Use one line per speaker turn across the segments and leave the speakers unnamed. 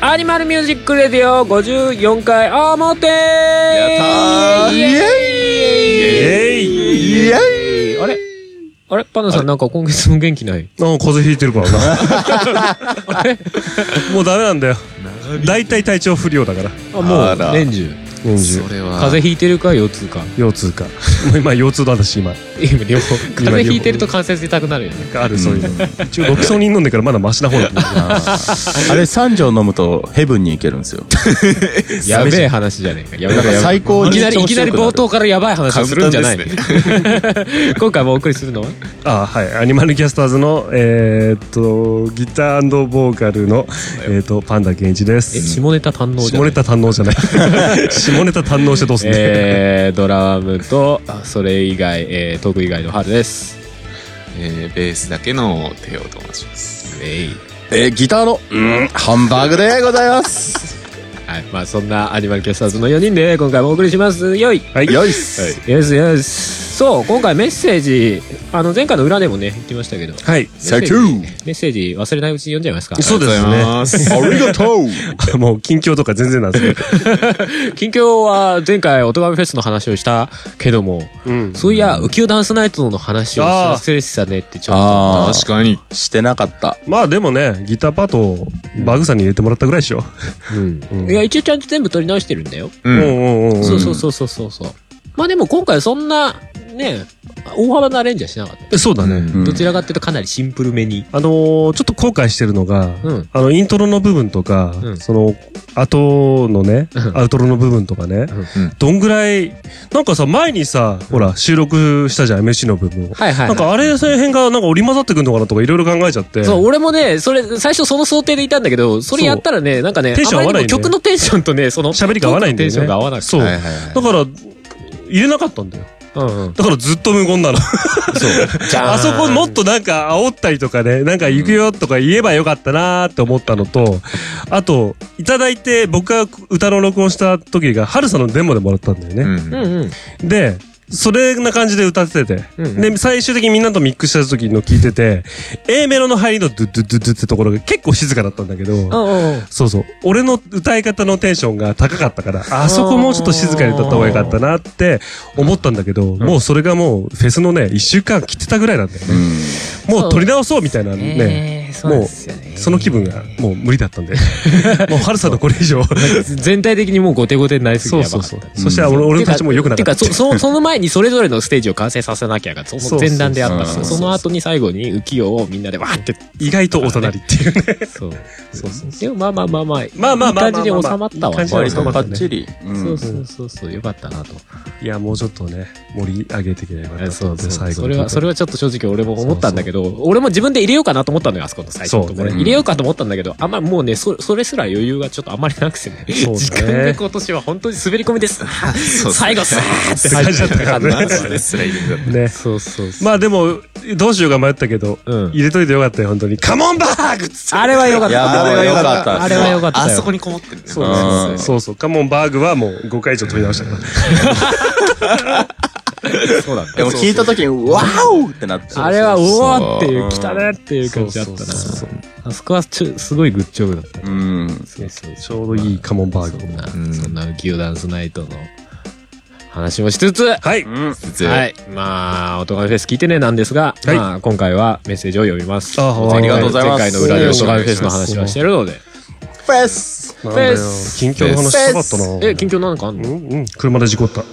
アニマルミュージックレディオ54回表
やったー
イエイイエイ
イエイ
あれあれパンダさんなんか今月も元気ない
あ風邪ひいてるからな。もうダメなんだよ。大体体調不良だから。
あ
あ
も
ら
う年中
40
そ。れは。
風邪ひいてるか腰痛か
腰痛か。もう今腰痛だし、今。
今両方風邪
今両方
ひいてると関節痛くなるよね
ある、そういうの。一応、ロキソニン飲んでからまだマシな方だと思うけど
あれ三錠飲むとヘブンに行けるんですよ。
やべえ話じゃねえかやべえ
なんか最高
いき
に
なりいきなり冒頭からやばい話をするんじゃない、
簡
今回もお送りするのは
あはい。アニマルキャスターズの、えーっと、ギターボーカルの、えーっと、パンダケンイチで
え
す。
下ネタ堪能じゃ
下
ない
ネタ堪能じゃない。下ネタ堪能してどうすんだよ。
えー、ドラムとあそれ以外、えー、トーク以外の春です
えー、ベースだけのテオと申します。
えい
えーギターのうんハンバーグでございます。
はいまあそんなアニマルキャスターズの4人で今回もお送りしますよい
はい。
よいっす。
よしよしそう今回メッセージあの前回の裏でもね言ってましたけど
はい。
サキ
メ
ュ
ッセージ忘れないうちに読んじゃいますか
そうですね
す
ー。ありがと う。
もう近況とか全然なんですけど。
近況は前回おとがめフェスの話をしたけども、
うん。
そういや浮世ダンスナイトの話を
あー
忘れてたねってちょっと
あ
確かに。
あ、してなかった。
まあでもね、ギターパートをバグさんに入れてもらったぐらいでしょ。
うん、いや一応ちゃんと全部取り直してるんだよ、
う。
うんんうんうん。
そうそうそうそうそうそうまあでも今回そんなね大幅なアレンジはしなかった、
そうだね。
うん
どちらかっていうとかなりシンプルめに
あのーちょっと後悔してるのが、
うん
あの、イントロの部分とか、
うん
その、後のね
う、ん
アウトロの部分とかね、
うん
どんぐらい、なんかさ、前にさ、ほら、収録したじゃん、MC の部分を。
はいはい、
なんかあれ、その辺が、なんか織り交ざってくんのかなとか、いろいろ考えちゃって。
そう、俺もね、それ、最初その想定でいたんだけど、それやったらね、なんかね、
テンション合わないんだよ
あまりにも曲のテンションとね、その、
喋りが合わないんだよね。
トークのテンションが合わなくて。
そう。
はいはいはい
だから、入れなかったんだよ。
うんうん。
だからずっと無言なの。
じゃ
あそこもっとなんか煽ったりとかね、なんか行くよとか言えばよかったなーって思ったのと、あと、いただいて僕が歌の録音した時が、春さんのデモでもらったんだよ
う。
ね。
うんんうん。
で、それな感じで歌ってて、
うんうん
で、最終的にみんなとミックスした時の聞いてて、A メロの入りのドゥドゥドゥドゥってところが結構静かだったんだけど、
うんうんうん。
そうそう。俺の歌い方のテンションが高かったから、あそこもうちょっと静かに歌った方がよかったなって思ったんだけど、もうそれがもうフェスのね、一週間切ってたぐらいなんだよね。もう撮り直そうみたいなね。
えーそうなんですよね。
その気分がもう無理だった んで。もう春さんのこれ以上。
全体的にもう後手後手になりすぎ
そ
てや
う
ば
そう
かった
そう。 そして俺俺のたちも良くなかった。
てか、そそその前にそれぞれのステージを完成させなきゃが、その前段であった
そう
か
そう
ら、
そうそう
その後に最後に浮世をみんなでわーって、
意外とお隣っていうね。
そう。そうそう。でもまあまあまあまあ、
まあまあまあまあまあ
いい感じに収まった
いい
わ
感。じに
割
収ま
と
った
バッチリ。
そうそうそうそう、よかったなと。
いや、もうちょっとね、盛り上げていければなと
そ
思っ
うそ
て
う
最後
それは、それはちょっと正直俺も思ったんだけど、
そう
俺も自分で入れようかなと思ったのよ、あそこの最初のとこ
そう
ろ、
ね
入れようかと思ったんだけど、あんまりもうね、そそれすら余裕がちょっとあんまりなくてね。
そうね
時間で今年は本当に滑り込み です。
そう
最後、さーって入っちゃったから
って
ね
感
マジでスライディングだっ。
ね。
そうそうそう。
まあでも、どうしようか迷ったけど、
うん
入れといてよかったよ、本当に。カモンバーグっつって
あれは良かっ
いや、
た。
もうよかった。
あれは良かったた
あ
よ。
そこにこもってるね。
そう
あ
そう
ー
そうそう。カモンバーグはもう5回以上飛び直したから。
そうだね。
でも聞いた時に、ワオってなって。
あれは、う
う
おーっていう、来たねっていう感じだったな。
そうそうそう
あそこはちょすごいグッジョブだった。
うん。
そうそう
ちょうどいいカモンバー
そ
グ
んな、
ん
そんな浮世ダンスナイトの話もしつつ、
はい。
は
はい。
い。まあ、音楽フェス聞いてねなんですが、
はい
まあ、今回はメッセージを読みます。
あはい
前回
ありがとう
ございます
前回の裏で音楽フェスの話はしてるので。
フェス
なんだよ
フェス
近況の話したかったな。
え、近況なんかあん
う
の
んうん。車で事故った。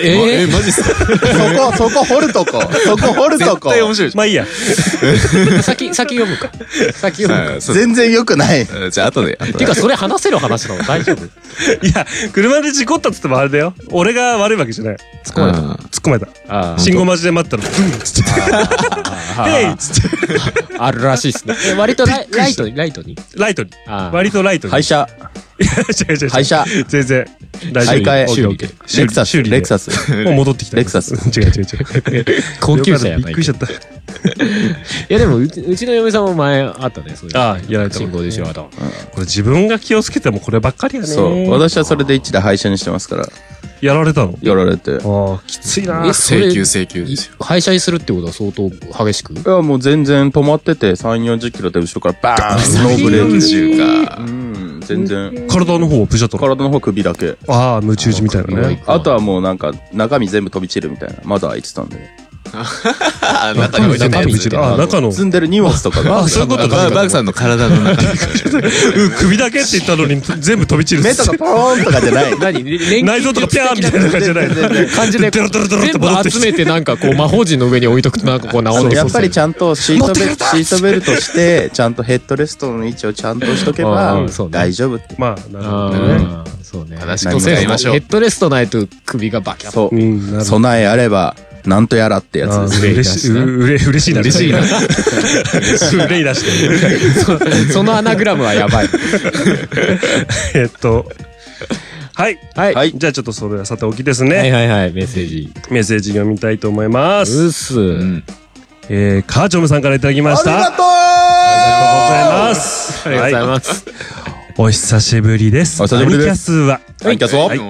えー
マジっすか
そこ、そこ掘るとこ。そこ掘ると
絶
こ。
対面白いじ
まあいいや。
先、先読むか。先読
ゃ
む
ん
か。
はいそう
全然良くない。
うん。じゃあ、後で。後で
てか、それ話せる話なの大丈夫
いや、車で事故ったっつってもあれだよ。俺が悪いわけじゃない。突っ込まれた。
うん
突っ込まれた。
あ
信号待ちで待ったら、ブンっつって。 へいっつって。
あるらしいっすね。え割とライライトに、ライトに。
ライトに。
あー
割とライトに。
廃車。
いや違う違う違う
廃車。
全然。大
買い替え
オッケーオッケー修
レ
理
クサス、
修理で
レクサス。
もう戻ってきた。
レクサス
違う違う違う。
高級車や
びっ
ない
くりしちゃった。
いやでもうち、うちの嫁さんも前あったね、そういうの。
ああやられた
信号でしろと。
これ自分が気をつけてもこればっかりやね。
そう。私はそれで一台廃車にしてますから、
やられたの
やられて。い
ああ、きついな
え。
請求請求ですよ。
廃車にするってことは相当激しく
や、もう全然止まってて、3、40キロで後ろからバーンノーブレーキ
40
う
か。
ん、全然。
体の方をプシャッと。
体の方首だけ。
ああ、夢中打ちみたいなね。
あとはもうなんか、中身全部飛び散るみたいな。まだ開いてたんで。
あ、中に置いてたや
中身
つ
見てた
ああ、中の。
積んでる荷物とかが。
あそういうことか
ババグさんの体の中に。
うん首だけって言ったのに全部飛び散る。
目とかポーンとかじゃない。
何
内臓とかピャーみたいな感じじゃない。
感じで、
ドロドロドロっ
全
て
部
戻ってき
集
て
めてなんかこう魔法陣の上に置いとくとなんかこう治んで
やっぱりち
ゃん
ゃんとシートベ
持っ
ル
て
ト、
く
シートベルトして、ちゃんとヘッドレストの位置をちゃんとしとけ
うん
ば
うんそうね、
大丈夫って。
まあ、なるほどね。
ああ、そうね。
正し
く
そう
使
いましょう
ヘッドレストないと首がバキャッ
そうう。
ん、なるほど。
備えあれば、なんとやらってや
ああ
つで
嬉し
す。
い、うれ 嬉しいな。
嬉しいな。
憂い出して。
と。そのアナグラムはやばい。
えっと。はい。
はい。
はい
じゃあちょっとそれはさておきです
はい
ね。
はいはい、メッセージ。
メッセージ読みたいと思いま
う
す。
っす。
うん
えー、カーチョムさんからいただきました。ありがとうございます。
ありがとうござい
は
ます。
いお久しぶりです。
お久しぶりです
アニキャスは。
はい、キャスは
はい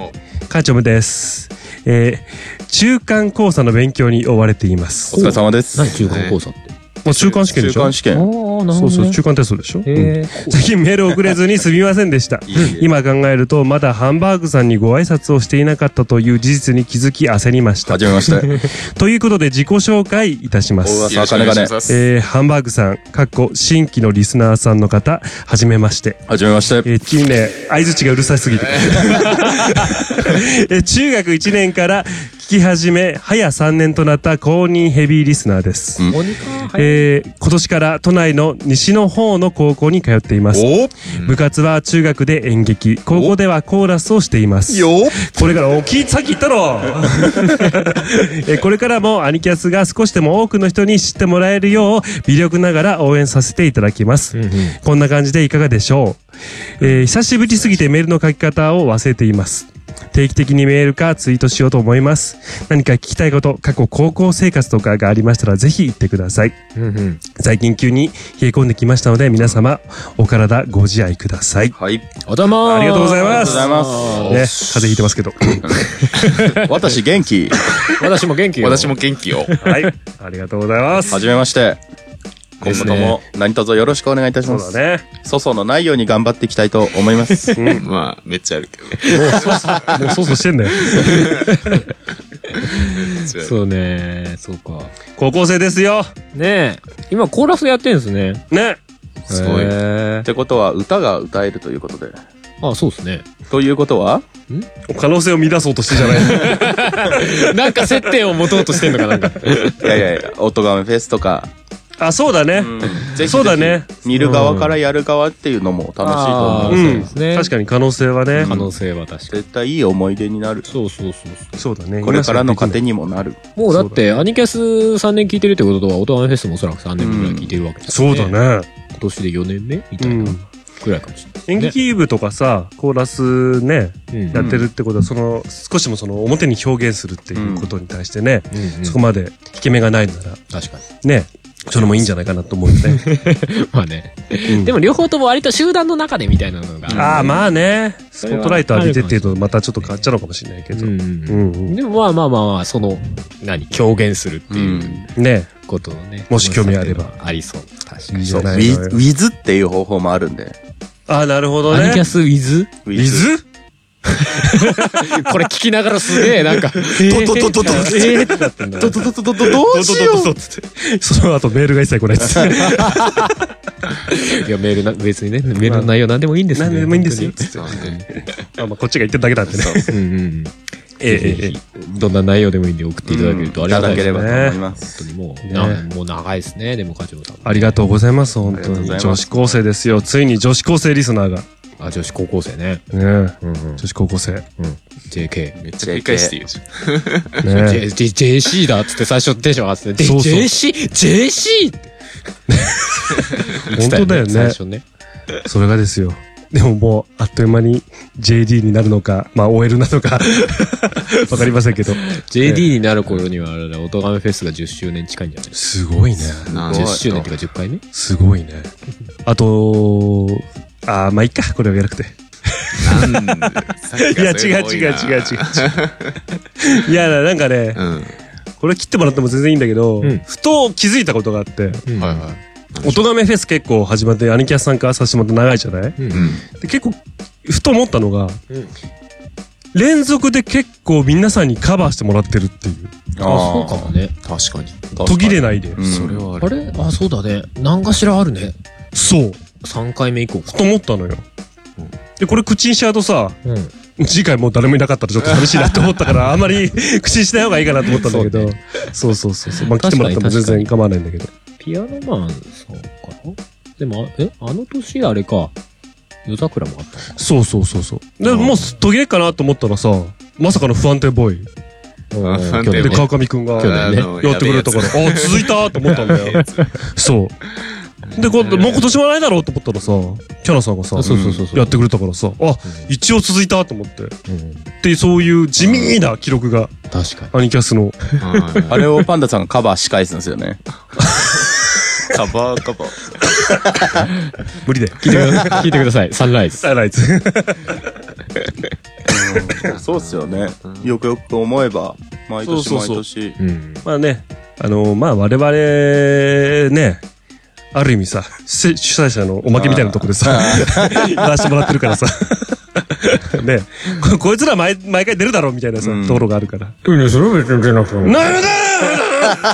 カーチョムです。えー、中間講座の勉強に追われています
お。疲れ様です。
何中間交差って。
もう中間試験で
中
しょ
間試験。
ああ、な
そうそう、中間テストでしょ、うん最近メールを送れずにすみませんでした。今考えると、まだハンバーグさんにご挨拶をしていなかったという事実に気づき焦りました
は。じめまして。
ということで自己紹介いたしま
お
す。
よろしくお願いします
えー、ハンバーグさん、かっこ新規のリスナーさんの方、はじめまして。
はじめまして。
えー、近年、相槌がうるさすぎる。えー中学1年から聞き始め、早3年となった公認ヘビーリスナーです。
モニカはい。
えー今年から都内の西の方の高校に通っています。
お
部活は中学で演劇、高校ではコーラスをしています。これから、おき、さっき言ったろ えこれからもアニキャスが少しでも多くの人に知ってもらえるよう、微力ながら応援させていただきます。こんな感じでいかがでしょう、えー久しぶりすぎてメールの書き方を忘れています。定期的にメールかツイートしようと思います。何か聞きたいこと、過去高校生活とかがありましたらぜひ言ってください。最近急に冷え込んできましたので、皆様、お体ご自愛ください。
はい。
おだま
ありがとうございます
ありがとう
ね、
ご
風邪ひいてますけど。
私、元気。
私も元気よ。
私も元気を。
はい。ありがとうございます。
はじめまして。今後とも何卒よろしくお願いいたし
そ
ま
う
す。
だね。
粗相のないように頑張っていきたいと思います。
まあ、めっちゃあるけどね。
もうそうそうしてんだよ。
そうね。そうか。
高校生ですよ。
ねえ。今コーラスやってんですね。
ね。
すごい
へ
っ
え
てことは、歌が歌えるということで。
あ、そうですね。
ということは
可能性を乱そうとしてじゃな い。
なんか接点を持とうとしてんのかなんか。
いやいやいや、音がめフェスとか。
あ、そうだね。
ぜひ
そうだね。
見る側からやる側っていうのも楽しいと
あ
思
ー
う。
うん。
そうですね
確かに可能性はね。
可能性は確かに。
絶対いい思い出になる。
そうそうそうそ
そうだね。
これからの糧
に。
にもなる。
う。もうだって、アニキャス3年聞いてるってことは、オトワンフェスもおそらく3年ぐらい聞いてるわけです
そうだ。ね。
今年で4年目み
う。
たいなんくらいかもしれない。
演劇部とかさ、コーラスね、
うん
やってるってことは、その、少しもその表に表現するっていうことに対してね、
うんうん
そこまで引け目がないなら、
確かに。
ね、それもいいんじゃないかなと思うよね。
まあね。
うん
でも両方とも割と集団の中でみたいなのが。
ああ、まあね。スポットライト浴びてっていうと、
それは
またちょっと変わっちゃうのかもしれないけ
う
ど。
ん
う
うん
んうん。
でもまあまあまあまあ、その、何、表現するっていう
ね。
ことをね。
もし興味あれ
面
ば
白いのはありそう。確か
いい
に。
じゃ
ウ
ない
ィ
のよ
ウィズっていう方法もあるんで。
あ、なるほど
アニ
ね
キ。ャスウィズ
ウ
リズ
これ聞きながらすげえ、なんか、
トトトトト
えーってなってんだ
どどどどどどどうしよう
うつって。その後メールが一切来ないっつって。
いや、メールな、別にね、メールの内容何でもいいんですよ
何でもいいんですよ。。つって。
そうね
あまあこっちが言ってるだけなんでね。
本当にうんうん。
ええ
ぜひ
ええ
ぜひどんな内容でもいいんで送っていただけるとありがたい
いただけ
です
れ
ね。本
ばと思います。
当にもう、
ね
なもう長いですね、でも課長さん。
ありがとうございます、本当
あ
に。
りがとうござい
女
ま
子高生ですよ。ついに女子高生リスナーが。
あ、女子高校生ね。
ね
うんうん。
女子高校生。ね
JK。
めっちゃ繰り返して言うじゃん。
J- J- JC だっつって最初テンション上がってて、
そうそう
JC! JC! って
本当だよ
最
ね。
初ね。
それがですよ。でももう、あっという間に JD になるのか、まあ OL なのか、 わかりませんけど。
JD になる頃には、あれだ、オトガメフェスが10周年近いんじゃないです
すごいね。
な
か。
あ
10周年っていうか10回目
すごいね。あと、あーまあいいか、これはやらなくて。
なんでさっき
いや、
がそれ
違う
多
違う違う
な
違う違う。いや、なんかね、これ切ってもらっても全然いいんだけど、
うん
ふと気づいたことがあって、
うん。はい
は
は
音がめフェス結構始まって、アニキャスさんからさせてもらって長いじゃない
い。うん
い。うん。
で結構、ふと思ったのが、
うん
連続で結構皆さんにカバーしてもらってるっていう。
あ、そうかもね。
確かに。
途切れないで。
うん
それはあ
あ
る。
れあ、そうだね。何かしらあるね。
そう。
3回目以降
ふ
か。
と思ったのよ
うん。
で、これ口にしちゃうとさ、
うん。
次回もう誰もいなかったらちょっと寂しいなと思った から、あんまり口にしない方がいいかなと思ったんだけど。そうそうそうそう。まあ来てもらっても全然構わないんだけど。
ピアノマンさんかなでも、あえあの年あれか。夜桜もあったのか
そうそうそうそう。で、もう途切れっかなと思ったらさ、まさかの不安定ボーイ。
うん
あなん
去
で
年
で、
ね
川上くんが
去年
や
ね
あの
ってくれたから、あ
やべえや
ー続いたと思ったん だよ。そう。で、こもう今年もないだろうと思ったらさ、キャナさんがさ
あ、そうそうそうそう
やってくれたからさ、あ、一応続いたと思って。
うん
で、そういう地味な記録が、
確かに。
アニキャスの。
つはいはい
あれをパンダさんがカバーし返すんですよね。
カバーカバー。
無 理だよ。
聞いてくだ聞いてください。サンライズ。
サライズ。
そうっすよね。よくよく思えば、毎年
そうそうそ
毎
う
年。
うん。
まあね、あのまあ我々、ね、ある意味さ、せ主催者のおまけみたいなとこで さ、やらせてもらってるからさ。 ねこ、こいつら毎毎回出るだろうみたいなさ、
うん
ところがあるから。
いいね、それは別に出なくても
なる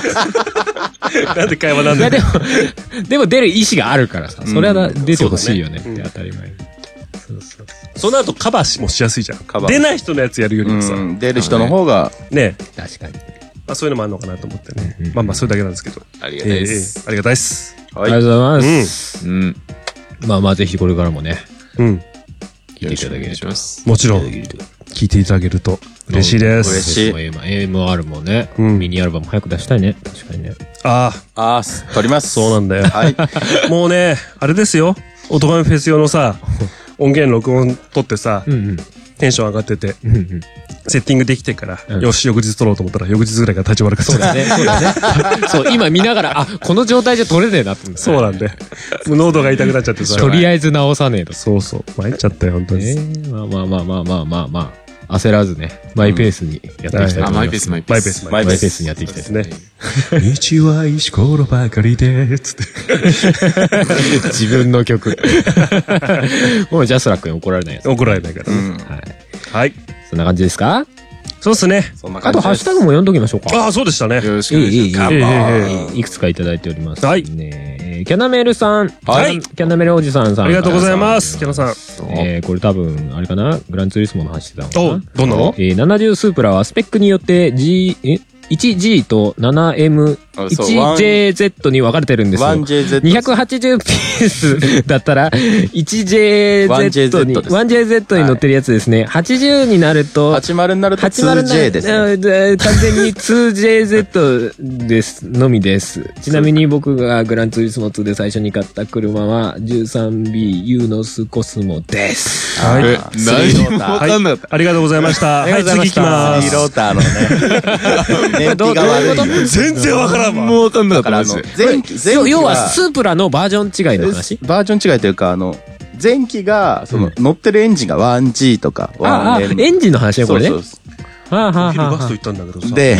ほどなんで会話な ん
いや、
だよ
でも、 でも出る意思があるからさ。それはな
う
出てほしいよね
そうだね
って当たり前に。そうそうそう。
その後カバーしもしやすいじゃん
カ。バー
出ない人のやつやるよりもさ、
うん出る人の方が、
ね、
確かに。あ
まあそういうのもあるのかなと思ってね。
うん
まあまあそれだけなんですけど。
あり
え
が
ー
たい
え
です。
ーありがたいっす。
は
りが
い。
とうございます。
うん。
まあまあ、ぜひこれからもね、
うん。
聞いていただけ
お願
る
いし
と。
ます。
もちろん、
聞いていただけると
聞いていただけると嬉しいで
嬉
す。
しい
そうそう AMR もね、
うん
ミニアルバム早く出したいね。確かにね。
ああ、
あー、撮ります。
そうなんだよ。
はい。
もうね、あれですよ。音ガメフェス用のさ、音源録音取ってさ、
うんうん。
テンション上がってて、
うんうん。
セッティングできてから、
うん
よし、翌日撮ろうと思ったら、翌日ぐらいから体調悪くなっちゃ
そう
った
だね。そうだね。そう、今見ながら、あ、この状態じゃ取れねえなって思って。
そうなん で。もう喉が痛くなっちゃってさ。
とりあえず直さねえと。
そうそう。参っちゃったよ、本当
え
に。
ーまあまあまあまあまあまあまあ、焦らずね、マイペースにやっていきたいと思います。
あ、マイペース、マイペ
マ
ー
イペー
ス。
ス、
マ
マ
イ
イ
ペ
ペ
ー
ー
ス
ス。
にやっていきたい
で
ですす
ね
ね。。
道は石ころばかりで、つって。
自分の曲。 もうジャスラックに怒られないやつ。
怒られないから。
うん。
はい。
はい。
そんな感じですか
そうっすね。
そんな
あ
感
と、
じ
ハ
です。
ッシュタグも読んどきましょうか。
ああ、そうでしたね。
よろしくお願いし
いい
ます。
いいいい
カ
えええ
バー。
えええ
いくつかいただいております。
はい
ねえーキャナメルさん。
はい
キャナメルおじさんさん。
ありがとうございます、キャノさん。
えーこれ多分、あれかなグランツーリスモの話だも
お
んな。、
どんなの
えー、70スープラはスペックによって G、え 1G と 7M、
あそう
1JZ に分かれてるんですよ。
1JZ。
280ピースだったら 1JZ に
1JZ です
1JZ に乗ってるやつですね、80になると
80になると
80な
2J です ね。
あ完全に 2JZ ですのみですちなみに僕がグランツーリスモ2で最初に買った車は 13B ユーノスコスモ です
はい
え、何もわかんなかっ
ありがとうございました。
あ
は
りがと、ござ
いう
い
次
ま
行
した
きま
スリーロ
す。
ーターのね。 燃費が悪い
どういうこ。
全然わからん
た。
わ。
もうわかんなか
だ
っ
か
た。
ら、
マ
あの
ジで、
前期、前期
要はスープラのバージョン違いの
バ
話
ージョン違いというか、あの、前期が、その、乗ってるエンジンが 1G とか、
ああ、
1N
エンジンの話ね、こ
そう
れね。
そうそ
はあはあ
お昼
はあ
バ
は
ス
あ
ト行ったんだけどさ。
う。 で、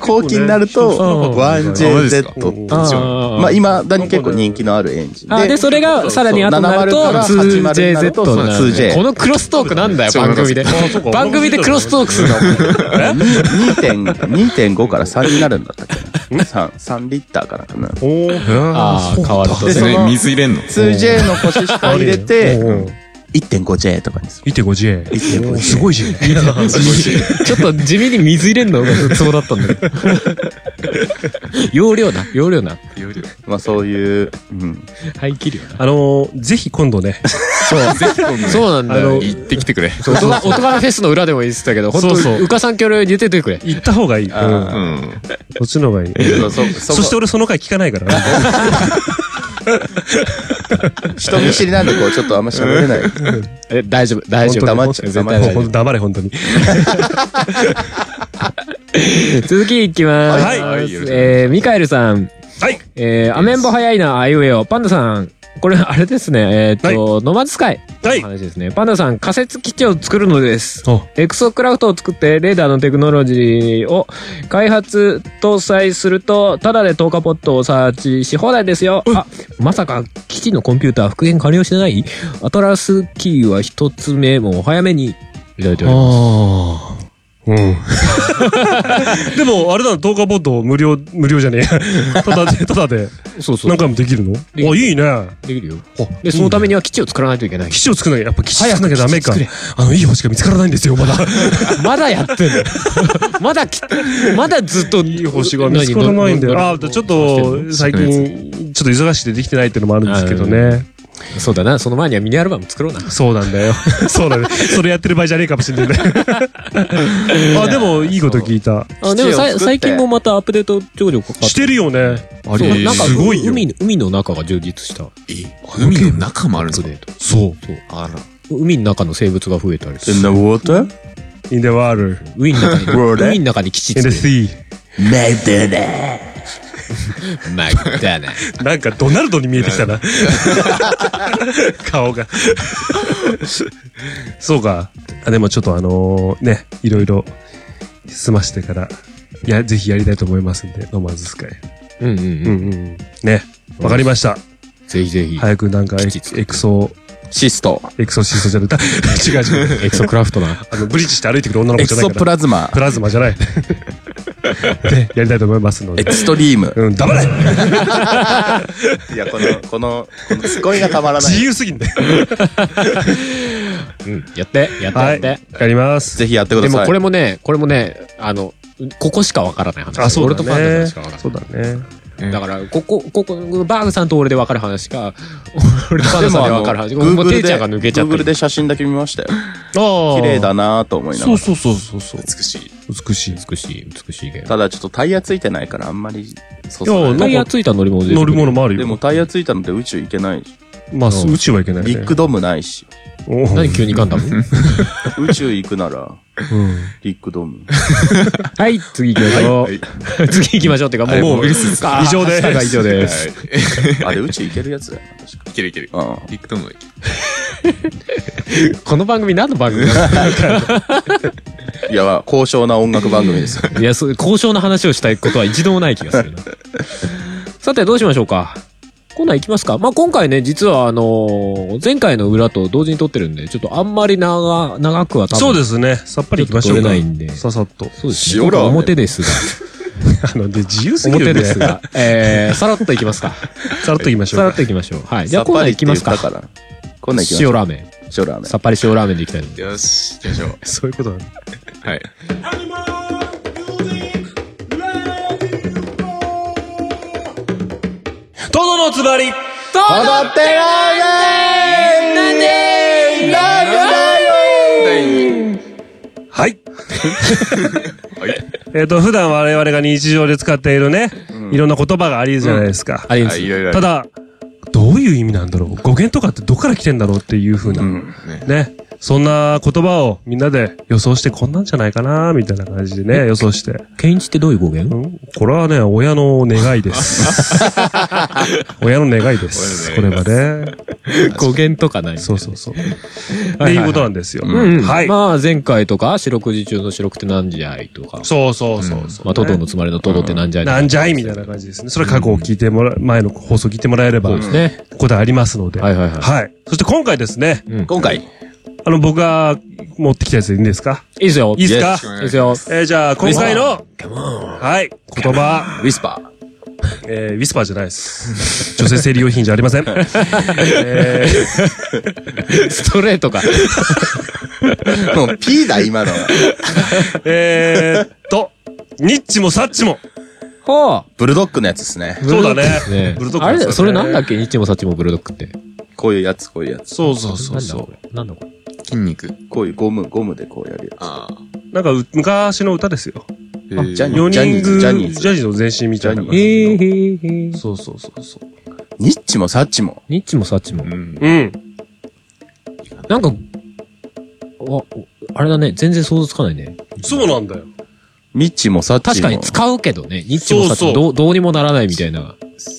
後期になると、
うん
うん
1JZ。
あー
まあ、今だに結構人気のあるエンジン。
あ、で、 それがさらに後になると、
そうそう70から80になる
2JZ
と
になるね
2J
このクロストークなんだよ、番組で
あーそうか。
番組でクロストークするの。
2.5から3になるんだったっけな 3, 3リッターかなんかな
おー
ああ、変わると
でそ
ね。
の
ね水入れんの
2J のコシシコ入れて
うん
1.5J とかにする
1.5J。おすごい J ね。
ちょっと地味に水入れんのが絶望だったんだけど。容量な、容量な。
容量
まあそういう、うん、
排気量な。
あのー、ぜひ今度ね、
そう。そうなんだよ。
行ってきてくれ。
大人大人のフェスの裏でも言ってたけど、本当
そうそう
うかさん協力出ててくれ。
行った方がいい。うん
う
あ
ん。
そっちの方がいい。
そそ
そして俺その回聞かないから。
人見知りなんで、こう、ちょっとあんま喋れない。
え、大丈夫、大丈夫。
黙っちゃう
絶
は
対
い
も
大丈
うほんと黙れ、本当に。
夫。続きいきます。
はい
はい
えー、ミカエルさん。
はい。
えー、アメンボ早いな、あいうえお。パンダさん。これ、あれですね。えーっと、ノマズスカイ。
はい
話ですね。パンダさん、仮設基地を作るのです。
お
エクソクラフトを作ってレーダーのテクノロジーを開発搭載すると、ただで透過ポットをサーチし放題ですよ。あ、まさか基地のコンピューター復元完了してないアトラスキーは一つ目もお早めに。いただいております。
ああ。 うん。でも、あれだな、動画ボット無料、無料じゃねえ。ただで、ただで、
そうそう。
何回もできるの
きる
あ、いいね。
できるよ。
いいね
で、そのためには基地を作らないといけない。
基地を作んなきゃ、やっぱ基地作んなきゃダメか
早く基地。
あの、いい星が見つからないんですよ、ま だ。
まだやってんのまだき、まだずっと。いい
星が見つからないんだよ。ああ、ちょっと、最
作る
近、ちょっと忙しくてできてないっていうのもあるんですけどね。
そうだな、その前にはミニアルバム作ろうな。
そうなんだよ。 そうだね。それやってる場合じゃねえかもし れないね。あ、でも、いいこと聞いた。
あでも
基地を作
さ
って
最近もまたアップデート上場かかって
してるよね。
あ
そう
れ、
なんか
すごい。
いよ
海の海の中が充実した
え海の中もあるんですか
デート
そう。
あら。
海の中の生物が増えたりす
In
る
the water?
in the water,
海の中に
World, eh?
海の中に基地
in
作
the
る
sea.
メイデー
マクダナ
なんかドナルドに見えてきたな。 顔が。そうか。あでもちょっとあのーね、いろいろ済ましてから、いや、ぜひやりたいと思いますんで、ノーマンズスカイ。
うんうん
う
うん
んうん。ね。わかりました。
ぜひぜひ
早くなんかエ
基地作る
エクソ、
シスト。
エクソシストじゃない。 違う違う。
エクソクラフトな
あの、ブリッジして歩いてくる女の子
エ
じ
ク
ゃないか
ソ
ら。
プラズマ
プ。ラズマじゃ ない。で、やりたいと思いますの
エ
で。
クストリーム。
うん、黙れ
いや、この、この、このすごいがたまら
自由すぎんだよ。
うんやってやって
は
やっ
い。
て、
やります。
ぜひやってく
で
ださい。
もこれもねこれもねあのここしかわからない話
あ、そう
俺と
だね。
パンダさんしかわからない
そうだね。
だから、ここ、ここ、バーグさんと俺で分かる話か、俺とパン
で
ダさんで
もあの
分かる話か、もう
Google
テイち
で
ゃんが抜けちゃって
Google
る。
で写真だけ見ましたよ。
綺
綺麗だなぁと思いなが
そう
ら。
そうそうそうそう。
美しい。
美しい。
美しい、美しいゲーム。
ただちょっとタイヤついてないからあんまり、そう
いや
そう
な
タイヤついた乗り物出てく
乗
る
り物もある
で
よ。
もタイヤついたので宇宙行けないし。
まあ、
うん
宇宙はいけないね。
ビッグドームな いし。
おう
何急にガンダム
宇宙行くなら、
うん
ビッグドーム。
はい、次行きましょう。 次行きましょうっていうか、もう、
もう
あ
以上で
ハッシュ
す
タグは以上で
は
す。
あれ宇宙行けるやつだよな、確か。
い。いけるいける。
うん。
ビッグドームはいける。
この番組何の番組なの
いや、まあ高尚な音楽番組ですよ。
いや、そういう交渉の話をしたいことは一度もない気がするな。さて、どうしましょうか。コーナー行きますかまあ、今回ね、実はあのー前回の裏と同時に撮ってるんで、ちょっとあんまり長、長くは多分
そうですね。さっぱりいきましょう
ちょっと
か
取れないんで
ささっと。
そうですね。
塩ラーメン
僕は表ですが。
あの、で、自由すぎる
表
よね。
ですが。えー、さらっといきますか。
さらっといきまし
さ
ょ
ら
う
っといきましょう。はい。 じ
さ
ゃあ
っ
コーナ
ぱ
ー
りっ
い
て
き
言
ま
っ
すか
た。から。こんなん行きましょ
塩
う。
ラーメン。
塩ラーメン
さっぱり塩ラーメンでいきたいので。
よし、行きま しょう。
そういうことだね。
はい。
どのつばり
踊ってよなんでなんで
はい。えっと、普段我々が日常で使っているね、いろんな言葉がありじゃないですか。
ありで
はい、いろいろあ
た
る。
だ、どういう意味なんだろう語源とかってどこから来てんだろうっていうふうな。
ね。
ね、そんな言葉をみんなで予想してこんなんじゃないかなみたいな感じでね、予想して。
ケンイチってどういう語源
うんこれはね、親の願 いです。親の願いです。こ
親
れ
の
は
願い
ね。
語源とかない。
そうそうそう。っていうことなんですよ。
うん。
はい。
まあ、前回とか、四六時中の四六ってなんじゃいとか。
そうそうそうそう。
まあ、トドのつまりのトドってなんじゃいとか
なんじゃいみたいな感じですね。それ過去を聞いてもら、前の放送聞いてもらえれば、
そうですね。
答えありますので。
はいはいはい
そして今回ですね、
今回、
あの、僕が持ってきたやつでいいんですか
いいですよ。
いいですか
よろしくお
い
願
い
い
ですよ。
えーじゃあ、今回の、はい、言葉。
ウィスパー。
えー、ウィスパーじゃないです。 女性生理用品じゃありま せん。え
ストレート か。
もう P だ、今のは。
ー、えーっと、ニッチもサッチも。
ほ
ブルドッグのやつですね。
う。
そうだね。
ブルドックですね
ブルドック
あ
ですね
れ、それなんだっけニッチもサッチもブルドックって。
こういうやつ、こういうやつ。
そうそうそうそ
なんだこれ。なんだこ
筋肉。
こういうゴム、ゴムでこうやるや
ああ。
う。なんかう、昔の歌ですよ。
えー
ジャニー
4
ジャニ
人
ーズジャ
組、
ニーズ
ジャニーズの前身みたいな感
れ
じ
へーへーへー
の。そうそうそうそう。
ニッチもサッチも。
ニッチもサッチも
う。ん。
うん。
なんか、おあれだね、全然想像つかないね。
そうなんだよ。
ミッチもサッチ
確
も。
かに使うけどね、ニッチもサッチ
そうそ
もど
う
うどうにもならないみたいな。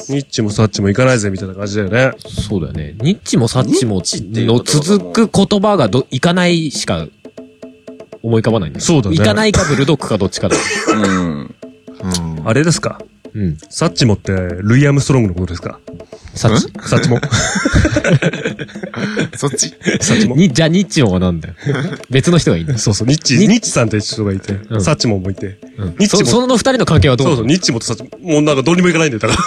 ニッチもサッチもいかないぜみたいな感じだよね。
そうだよね。ニッチもサッチも
ニッチっていう
の
言葉がもう
続く言葉がど、いかないしか思い浮かばないんだよ
そうだね
いかないかブルドックかどっちかだ。
うん。
うん
あれですか
うん。
サッチモって、ルイ・アームストロングのことですか
サッチ。
サッ チモ。
そっ ち
サッチモ。
に、じゃあニッチもはなんだよ。別の人がいいんだよ。
そうそう、ニッチ、ニッチさんって人がいて、
ん
サッチモもいて。
うん
ニッチ
そ、
も
その二人の関係はどう
そうそう、ニッチもとサッチモ。もうなんかどうにもいかないんだよ、だか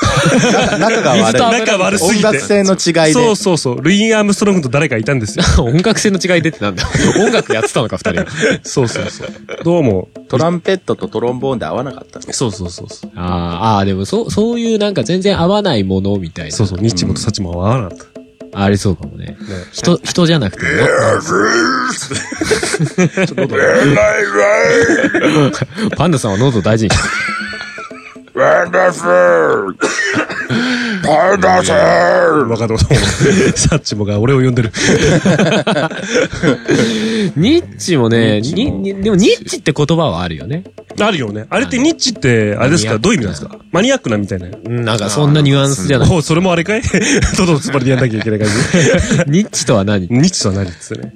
仲が
水と油
悪
ら。 仲悪
い。
すぎ
音
て。
楽性の違い
そ
で
う。そうそう、ルイ・アームストロングと誰かいたんですよ。
音楽性の違い出てなんだ。音楽やってたのか、二 人は。
そうそうそう。どうも。
トランペットとトロンボーンで合わなかったね。
そうそうそうそう。
あーあー、でもそう、そういうなんか全然合わないものみたいな。
そうそう、ニッチもとサッチモは合わなかった。
ありそうかもね。人、人じゃなくても。 パンダさんは喉大事にしてる。
わかると思う。 サッチモが俺を呼んでる。
ニッチもね、
ニッ
に
チも
にでもニッチって言葉はあるよね。
あるよね。あれってニッチって、あれです
マニアッ
か
ク
どういう意味なんですかマニアックなみたいな。
うんなんかそんなニュアンスじゃない。
ほう、それもあれかい どのつまりでやんなきゃいけない感じ。
ニッチとは何ニ
ニッチとは何っつってね。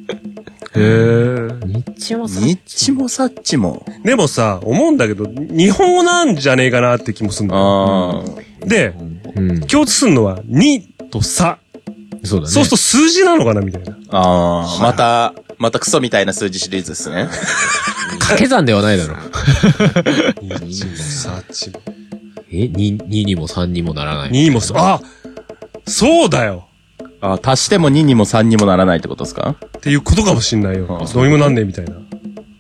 へー
ッチもさ、
ニッチもサッチも。
でもさ、思うんだけど、日本語なんじゃねえかなって気もするんだよ。
ああ。
で、
うん、
共通するのは、にとさ。
そうだね。
そうすると数字なのかなみたいな。
ああ。また、またクソみたいな数字シリーズですね。
掛け算ではないだろ。
ニもさちも。
え、2、2にも3にもならない。
にもさ、あそうだよ
あー足しても2にも3にもならないってことですか
っていうことかもしんないよ
あ。
どうにもなんねえみたいな。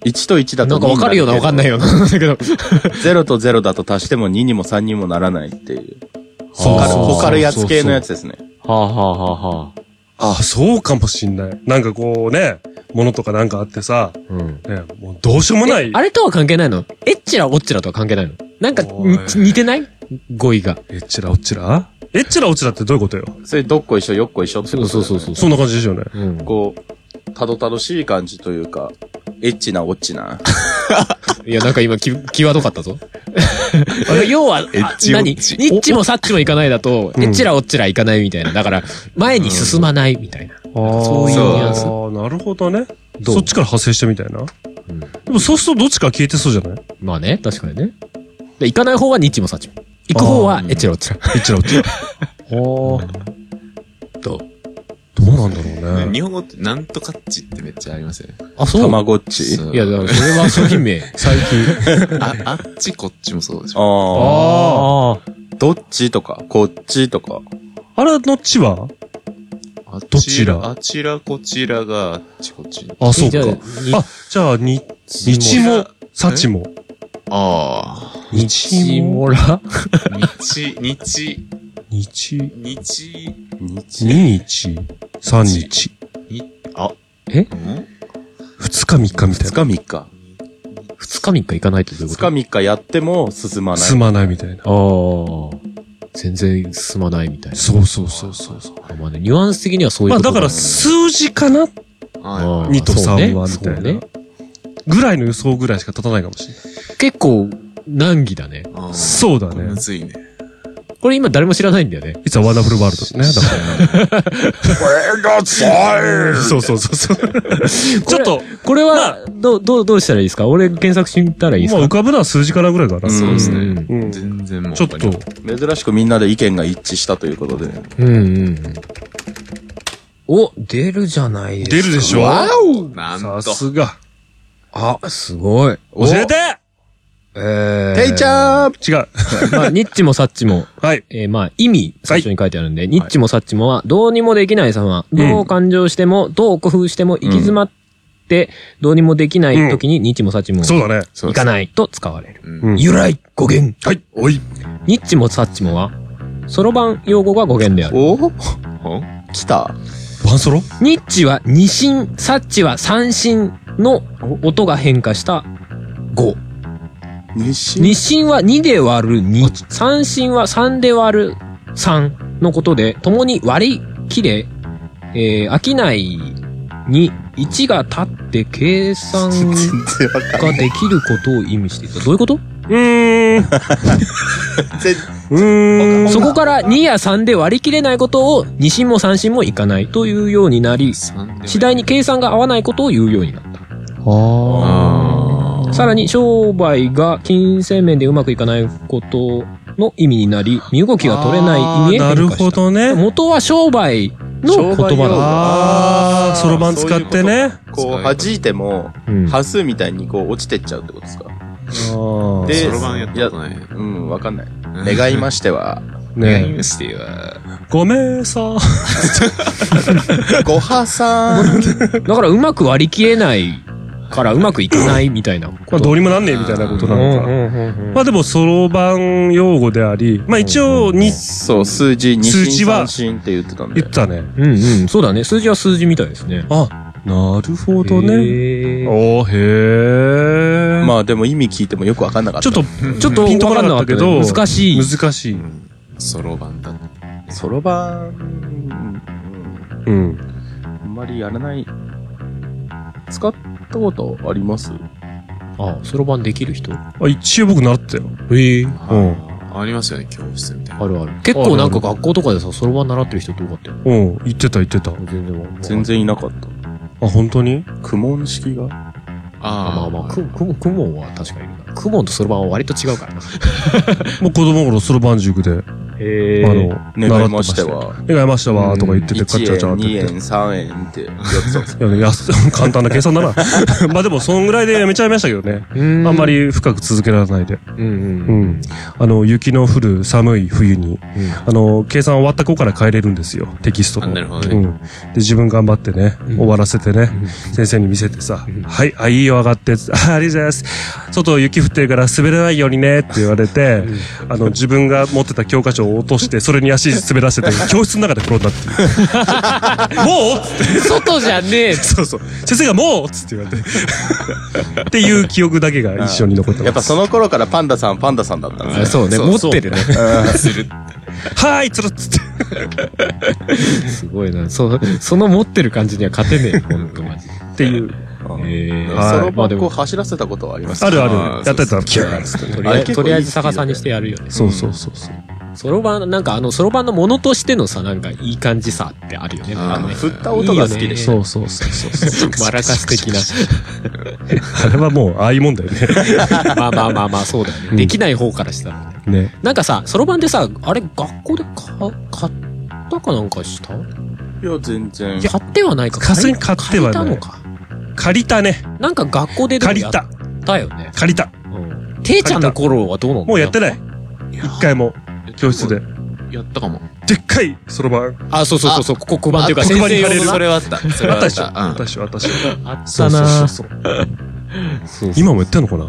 ?1 と1だ
な
と。
んかわかるようなわかんないいような。なん だけど。
0と0だと足しても2にも3にもならないっていう。
そう
わかる
そうそう
わかるやつ系のやつですね。
はあ、はあはあはあ、
あそうかもしんない。なんかこうね、ものとかなんかあってさ、
うん。
ね、もうどうしようもない。
あれとは関係ないのエッチラオッチラとは関係ないのなんか
おい
に似てない語彙が。
えっちらおっちらえっちらおっちらってどういうことよ
それどっこいしょ、よっこいしょってこと、ね、
う
そんな感じですよね。
うん。
こう、たどたどしい感じというか、エッチなオッチな。
いや、なんか今、き、際どかったぞ。要 は、あ
エッチオ
何ニ
ッチ
ッチもサッチもいかないだと、
うん
エッチラオッチラいかないみたいな。だから、前に進まないみたいな。
そう
いうニュアンス
なるほどね。
どう
そっちから派生してみたいな。でもそうするとどっちか消えてそうじゃない
まあね、確かにね。で、行かない方はニッチもサッチも。行く方は
あー
エッチラオッチラ。
えっちらおっ ちら。
おどう
どうなんだろうね。
日本語ってなんとかっちってめっちゃありますよ ね。
あ、そう
たまごっち。
そう
いや、だからそれは商品名。
最近。
あ、あっちこっちもそうでしょ。
ああ。
ああ。
どっちとか、こっちとか。
あれのっちは
あ
どちら
あちらこちらがあっちこっち。
あ、そう
じ
か
ゃあ。に
あ、じゃあ、に、日も、さちも。
ああ。
日もら
日、日、
日、
日、
日
二日、三日、
あ、
え
ん
二日三日みたい
二
な。
日三日。
二日三日行かないとどういうこ
二日
と
三日やっても進まない。
進まないみたいな。
ああ。全然進まないみたいな。
そうそうそうそうそう。
まあね、ニュアンス的にはそういう
まあ
こと
だから数字かな
は
あー
2と
そうね
3はみたい
そうね
な。ぐらいの予想ぐらいしか立たないかもしれない。
結構、難儀だね。
い。あー
そうだ
これむ
ね。
ずいね。
これ今誰も知らないんだよね。
いつはワンダフルワールドね。だ から。そうそうそうそう。ちょっと、
これは、どう、どう、どうしたらいいですか俺検索してみたらいいです
まあ
か、
浮かぶのは数字からぐらいかな。
そうです
う
ね
ん。
うんち
全然もう。
ょっと、
珍しくみんなで意見が一致したということで。
うんうんうん。お、出るじゃないですか。
出るでしょ
わ
なん
さ
と。
すが。
あ、すごい。
教えて
おえー。
ていちゃーん
違う。
まあ、ニッチもサッチも、
はい。
えー、まあ、意味、最初に書いてあるんで、ニッチもサッチもは、どうにもできない様、
ん
どう感情しても、どう工夫しても、行き詰まって、どうにもできない時に、ニッチもサッチも、
そうだね。
そう
行
です
かないと使われる。
うん
うん
由来、語源。
はい。おい。
ニッチもサッチもは、そろばん用語が語源である。
お
ほ
来た
ワンソロ
ニッチは二振、サッチは三振の音が変化した語。
西
二振は2で割る2、三振は3で割る3。のことで、共に割り切れ、えー、商いに1が立って計算
然わか
ができることを意味していた。どういうこと
うーん。
ん全
うーん。
そこから2や3で割り切れないことを2進も3進もいかないというようになり、次第に計算が合わないことを言うようになった。
あ
さらに商売が金銭面でうまくいかないことの意味になり、身動きが取れない意味へ
なる
変化
ほ
した。
どね。
元は商売の言葉だっ
あー、そろばん使ってね。
こう弾いても、
た。うん
端数みたいにこう落ちてっちゃうってことですか
あ
で
そろばんやったことない。
うん、わかんない。願いまし ては、
ー
願い
ね
ましては、
ごめんさ。
ごはさん。
だからうまく割り切れないからうまくいかないみたいな
ま
こ
あど
と。
うにもなんねえみたいなことなのか。
ま
まあでも、そろばん用語であり、まあ一応、に、
そう、数字、二
数字
進
は
三進って言ってたんで
言っ。たね。
うんうん、そうだね。数字は数字みたいですね。
あ、なるほどね。
ね
おー、へー。
まあでも意味聞いてもよくわかんなかっ
ちょ
た。
っと、
ちょっと
ピンとこ
わ
な
かんな
か
か
っ
ったたけ
けど、
ど、難しい。
難しい。
そろばんだった。
そろばん、う
う
ん
ん。
あんまりやらない。使ったことあります
あ、そろばんできる人
あ、一応僕習ったよ。
ええ。
うん。
ありますよね、教室みたい
あ
な。
るある。結構なんか学校とかでさ、そろばん習ってる人って多かったよね。
うん。言ってた言ってた。
全然わかんない
全。然いなかった。
あ、本当に
苦問式が
あま
あ
あ
ー
まあ、く、く、くもんは確かにいるな。くもんとそろばんは割と違うからな。
もう子供頃、そろばん塾で、
へ
あ
え。
の、
願いましては。
願いましたわーとか言ってて、カチャカチャ
1円、
って
2
言っ
円、3円ってやってたんです
て。いやね、やす 簡単な計算だな。まあでも、そんぐらいでやめちゃいましたけどね。
あ
あん
ん
ま。り深く続けられないで。
うんうん
う。ん。あの、雪の降る寒い冬に、
うん
あの、計算終わった子から帰れるんですよ、テキストも。
あなるほどね
うん。で、自分頑張ってね、
うん
終わらせてね、先生に見せてさ、はい、あ、いいよ、上がって、 あありがとうございます。外雪降ってるから滑らないようにね、って言われて、あの、自分が持ってた教科書を落として、それに足滑らせて、教室の中で転んだっていう。もうっつって。
外じゃねえ
そうそう。先生がもうっつって言われて。っていう記憶だけが一緒に残ってます。
よ。やっぱその頃からパンダさん、パンダさんだったんですね。
そうね、
そう
持ってるね。
する。
はーい、つるっつって。
すごいな。そ、その持ってる感じには勝て ねえよ、ほんとマジで。
っていう。
え
そ
え。
はい
ろ
ま
ば
あで
んこう
も、
走らせたことはあります
あるある
あ。ー
やってた。
とりあえず、とりあえず逆さにしてやるよね。
そうそうそうそう。
そろばん、なんかあの、そろばんのものとしてのさ、なんかいい感じさってあるよね。
あ
あ
あ
の、
の、
振った音が好きでした。
そうそうそうそうそ
マラカス的な。
う。あれはもう、ああいうもんだよね。
まあまあまあまあ、そうだよ
うん
ね。できない方からしたらね。
ね。
なんかさ、そろばんでさ、あれ、学校でか買ったかなんかした
いや、全然。
買ってはないか。
さすがに買っては
借りた
ない
のか。
借りたね。
なんか学校ででも
借
や
り。
ったたよね。
借りた。
うん。ていちゃんの頃はどうなの
もうやってない。
いや
一回も、教室で。。
やったかも。
でっかい、そろばん。
あ、そうそうそうそう、ここ黒板というか、
あ
先
黒板
生
に
用
貼れる
のな
それはあった。それ
あ
はあ
ったで
っ
しょ
た。うん。
私、私。
あっ
そ
た
うそうそ
な
うそう。今もやってんのかな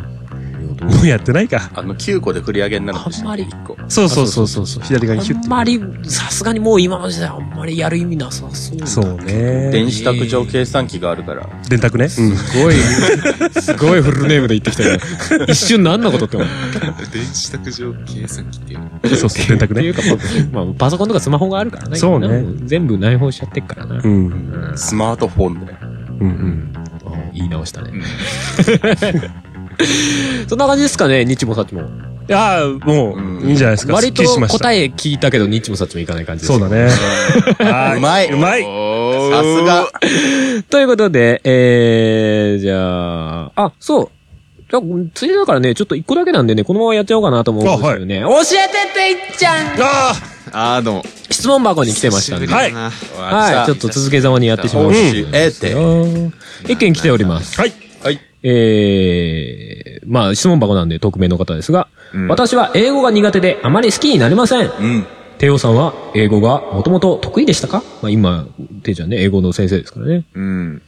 もうやってないか。
あの、9個で振り上げになるんでした
あんまり
1個。
そうそうそうそうそう。左側にヒュッ
あ
て。
んまり、さすがにもう今の時代あんまりやる意味なさそうだ。
そうね。
電子卓上計算機があるから。
電卓ね。うん。
すごい、すごいフルネームで言ってきた よね。一瞬何のことって思う。
電子卓上計算機っていうの。
そうそう、電卓
ってい
ね。
うか、まあ、パソコンとかスマホがあるからね。
そうね
今も全部内包しちゃってっからな。
うん。
スマートフォンで。
うんうん。
あ言い直したね。
うん
そんな感じですかね、日もさっちも。
ああ、もう、いいんじゃないですか。
割と
すっきりしました。
答え聞いたけど、日もさっちもいかない感じです。
そうだね。は
うまいう
まい。
お
さすが。
ということで、えー、じゃあ、あ、そう。じゃあ、ついでだからね、ちょっと一個だけなんでね、このままやっちゃおうかなと思うんですよね。教えてていっちゃん
あ
あー、どうも。
質問箱に来てましたね。
は
久
い
しぶりだな
はい、ちょっと続けざまにやってしまいました。
えって。
一件来ております。
あはい。
えー、まあ質問箱なんで匿名の方ですが、
うん
私は英語が苦手であまり好きになりません。
うん。
帝王さんは英語がもともと得意でしたかまあ今、帝ちゃんね、英語の先生ですからね。
うん。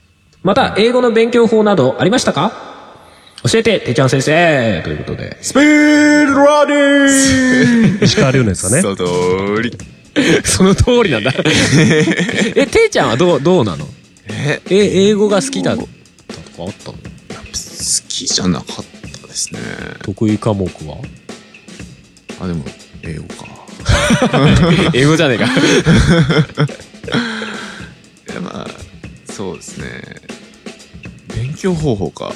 また、英語の勉強法などありましたか教えて、てちゃん先生ということで。
スピードラディー
石川遼のやつだね。
その通り。
その通りなんだ。 え、ていちゃんはどう、どうなの
え、
え、英語が好きだったとかあったの
好きじゃなかったですね。
得意科目は
あ、でも、英語か。英語じゃねえかいやまあそうですね勉強方法か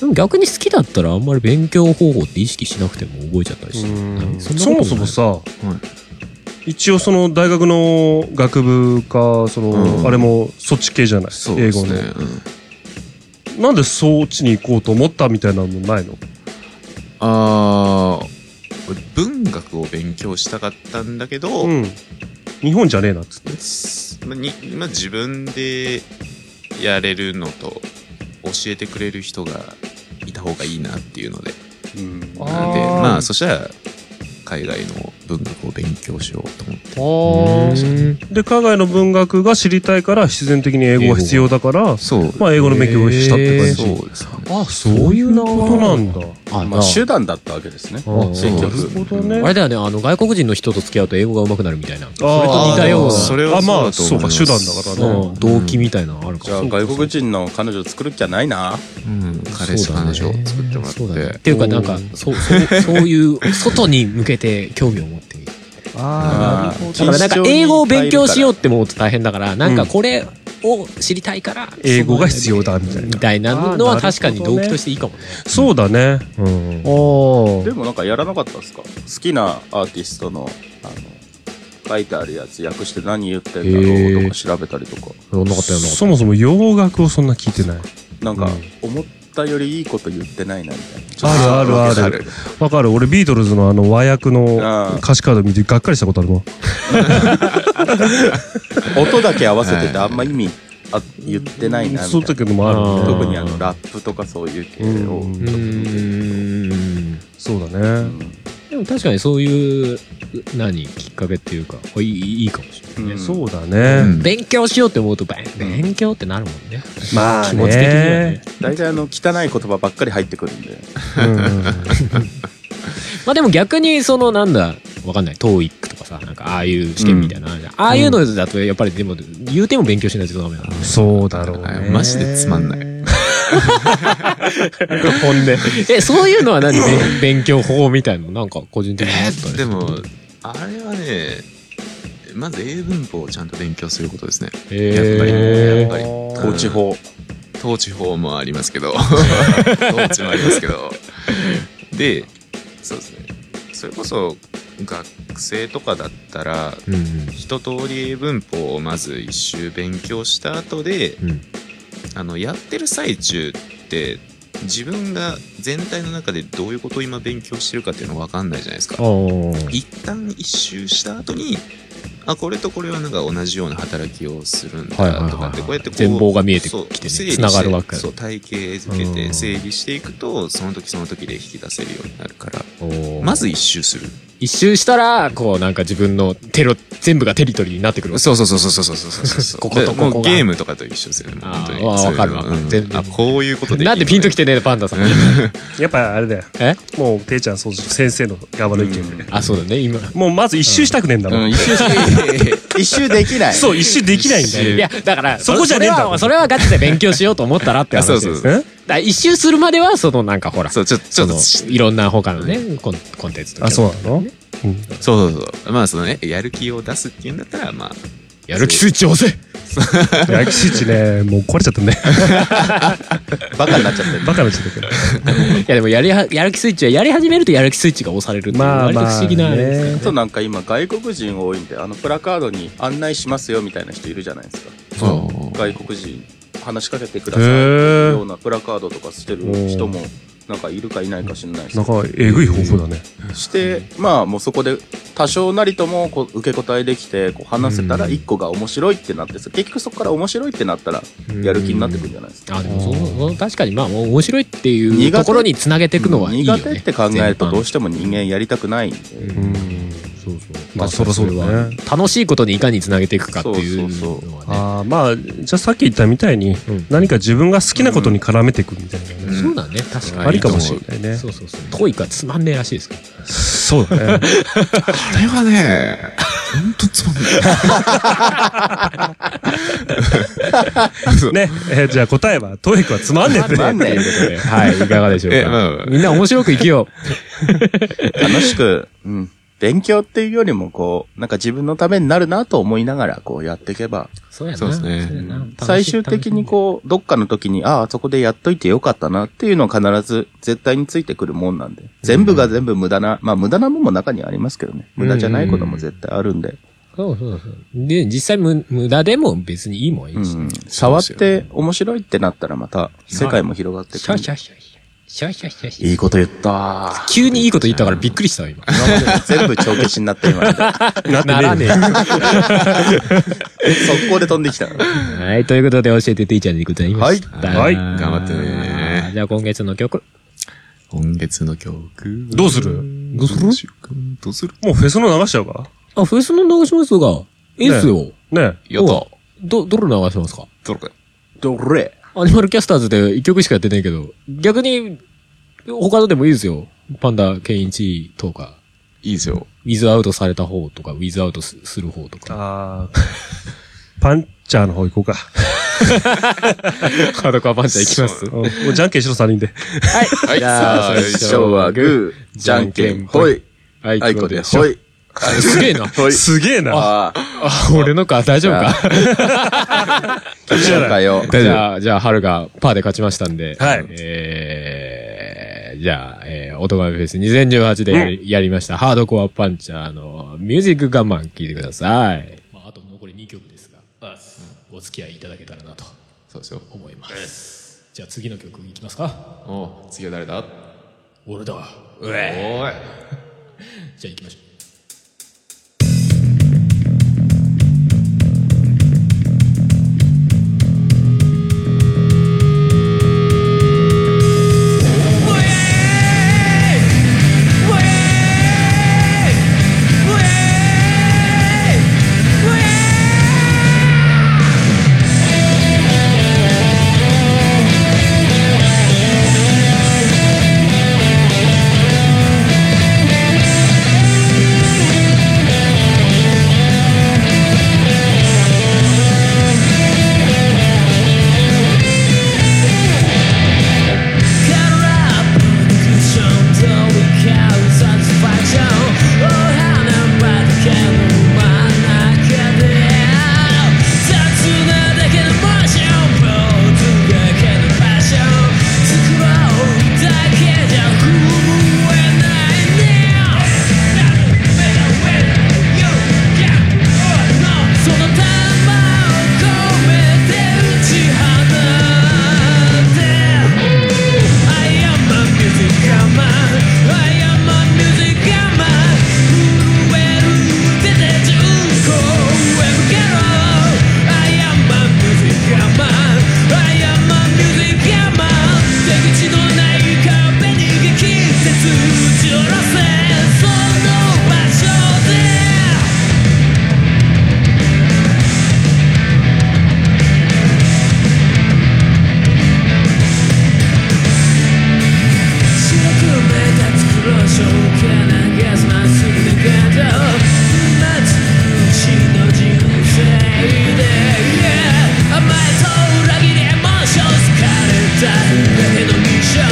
でも逆に好きだったらあんまり勉強方法って意識しなくても覚えちゃったりして
うん
そんなこ
そ
と
も
ない
そもさ、一応その大学の学部かその、
うん
あれもそっち系じゃない、
そうで
英
す
語の
ね、
なんでそっちに行こうと思ったみたいなのないの
ああ文学を勉強したかったんだけど、
うん日本じゃねえなっつって
まにま自分でやれるのと教えてくれる人がいた方がいいなっていうので
あ
なんで
ー
まあそしたら海外の文学を勉強しようと思って
うん
で海外の文学が知りたいから必然的に英語が必要だから
そう
まあ英語の勉強をしたって感じ、
へ
そうですね
あそういう
こ
な
となんだ
あ
まあ、手段だったわけですね。
あ
結
そう
局
なるほどね
あれだよねあの外国人の人と付き合うと英語が上手くなるみたいな
あー
それと似たような
あーそれ
あ
はそうだと思い
まあ
ます
そうか手段だからね、
うん動機みたいなのあるか
じゃあ
も
外国人の彼女作るっきゃないな。
うん、彼氏彼女を作ってもらって
そうだねっていうかなんかそうそうそういう外に向けて興味を持 っている
あーなるほ
だから
ど
なんか英語を勉強しようって思うと大変だからなんかこれを知りたいから
英語が必要だみたいな
みたいなのは確かに動機としていいかもね
そうだね
お
で
お
もなんかやらなかったですか好きなアーティストの、あの、書いてあるやつ訳して何言ってんだろうとか調べたりとか。
やんなかったよな
そもそも洋楽をそんな聞いてない
なんか、思ったよりいいこと言ってないなみたいな。ちょっ
あるあるあるわかる俺ビートルズのあの和訳の
あー
歌詞カード見てがっかりしたことあるもん
と音だけ合わせててあんま意味あ言ってないなみた
そ
いう
い
な。
う時もあ
あ
る
ー
ね
特にあの、ラップとかそういう系を。
う
うんん
うーん
そうだね
でも確かにそういう何きっかけっていうかいいいいかもしれない
うん
そうだね
ん
勉強しようって思うとバン勉強ってなるもんね
まあ
気持ち的にはね
大体あの、汚い言葉ばっかり入ってくるんで。
まあでも逆にそのなんだわかんない TOEIC とかさなんかああいう試験みたいなのあるじゃんああいうのだとやっぱりでも言うても勉強しないとダメなの
そうだろう
あ
ね
マジでつまんない
本音えそういうのは何べん勉強法みたいなのなんか個人的にあったり
でもあれはねまず英文法をちゃんと勉強することですねやっぱりやっぱり
統治法。
統治法もありますけ ど統治もありますけどでそうですねそれこそ学生とかだったら
うんうん
一通り英文法をまず一周勉強した後で
うん
あのやってる最中って自分が全体の中でどういうことを今勉強してるかっていうの分かんないじゃないですか一旦一周した後にあこれとこれはなんか同じような働きをするんだ
はいはいはいはい
とかってこうやってこう
全貌が見えてきてね
そう整理して
繋がるわけ
そう体系づけ
う
て
ん
整理していくとその時その時で引き出せるようになるからま
ま
ず
ず
一周する
一周したらこうなんか自分のテロ全部がテリトリーになってくるわけ
そうそうそうそうそうそうそうそうそう
こことここが
でもうゲームとかと一緒ですよねもう
あー
本当に
わ
そういうの
わかるわかる
うん
全然
あこういうことで
なんでピンとき
て
てねえのパンダさん
やっぱあれだよ
え
もうていちゃんそう先生の側の意見で
あそうだね今
もうまず一周したくねえんだもん
一周一周できない。
そう一周できないんだ
い
よ
やだから
そこじゃねえんだ
それはそれはガチで勉強しようと思ったらって話です
そうそう
だから一周するまではそのなんかほら
そうちょちょっと
そのいろんな他のねコンコンテンツとか
あそうなの
そうそうそうまあそのねやる気を出すっていうんだったらまあ
やる気スイッチ押せ
焼きシチねもう壊れちゃったね
バカになっちゃってる。
バカな人だけ ど
いやでもやりはやる気スイッチはやり始めるとやる気スイッチが押されるっていう
まあ
割と不
まあ
思議なあれですから
あとなんか今外国人多いんで、あのプラカードに案内しますよみたいな人いるじゃないですか。
そう
外国人話しかけてくだ
へ
さいっていうよ
え
うなプラカードとかしてる人もなんかいるかいないか知らないです
なん
けど
かえぐい方法だね
して、まあもうそこで多少なりともこう受け答えできてこう話せたら
うん
一個が面白いってなって結局そこから面白いってなったらやる気になってくるんじゃないですか。
あでもそのその確かにまあもう面白いっていう
苦
と
手
ころにつなげていくのはいいよね
苦手って考えるとどう
し
しても人間やりたくないんで。
うんそうそう
まあ
確かに
そらそうだね
れは楽しいことにいかにつなげていくかっていう
そうそうそ
のはね
ああまあじゃあさっき言ったみたいに、
うん
何か自分が好きなことに絡めていくみたいなね、
ん
そうだね確かに
ありかもしれないね
そうそうそう。トイックはつまんねえらしいですから。
そうだね
あれはね本当つまんない
ねえじゃあ答えはトイックはつまんねえって
つまんねえ
ということではい、いかがでしょう
え
か。
まあまあ
みんな面白く生きよう。
楽しく、うん、勉強っていうよりもこう、なんか自分のためになるなと思いながらこうやっていけば、
そうやな。
そうですね
やな
最終的にこう、どっかの時に、ああ、そこでやっといてよかったなっていうのは必ず絶対についてくるもんなんで。全部が全部無駄な、まあ無駄なもんも中にはありますけどね。無駄じゃないことも絶対あるんで。
そうそうそう。で、実際無無駄でも別にいいもんいいし。
うん触って面白いってなったらまた世界も広がって
シ
く
ャ
る
シ。ャシャシャ。シャシャシャシャ。
いいこと言った。
急にいいこと言ったからびっくりしたわ、今。
今までの全部帳消しになった今まで。
なってね
な
え
ら
よ
ねえ。
速攻で飛んできた。
はい、ということで教えてていちゃんでございました。
はいは
頑
い
張ってね
じゃあ今月の曲。
今月の曲
どうする
どうするどうしようかどうする
もうフェスの流しちゃうか
あ、フェスの流しますが、いいっすよ。
ね
やった。ど
ど、どれ流しますか
うか
どれ
アニマルキャスターズで一曲しかやってないけど、逆に、他のでもいいですよ。パンダ、ケンイチとか、
いいですよ。
ウィズアウトされた方とか、ウィズアウトすする方とか。
あーパンチャーの方行こ うか。
ハードコアパンチャーいきます。
うんもうじゃんけんしろ3人で。
はい。じゃあ、
最初はグー、じゃんけんぽい、
ー
あいこでほ。い。
あすげえな。
ほい。
すげえな。
ああ、
あ、俺のか、大丈夫か。
じゃかよ。
じゃあ、じゃあ、春がパーで勝ちましたんで。
はい
えー、じゃあ、えー、音楽フェス2018でやり,、やりました、ハードコアパンチャーのミュージック我慢聞いてください。まあ、あと残り2曲ですが、お付き合いいただけたらなと
そうですよ。
思います。じゃあ次の曲いきますか
おう次は誰だ
俺だ。
おーい。
じゃあ行きましょう。
その玉を込めて打ち放って I am a music man. I am a music man. Well, did it go well? I am a music man. I am a music man. 出口のない壁に激突打ち下ろせその場所で。白く目立つ黒い証券投げすまっすぐで現状街虫の人生で Yeah 甘えと裏切りエモーション好かれただけのミッション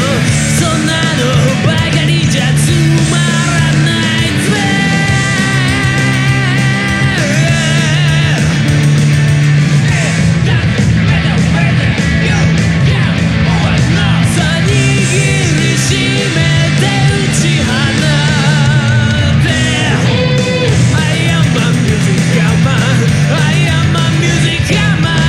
そんなのバカにじゃつまらないぜ I am a music man. I am a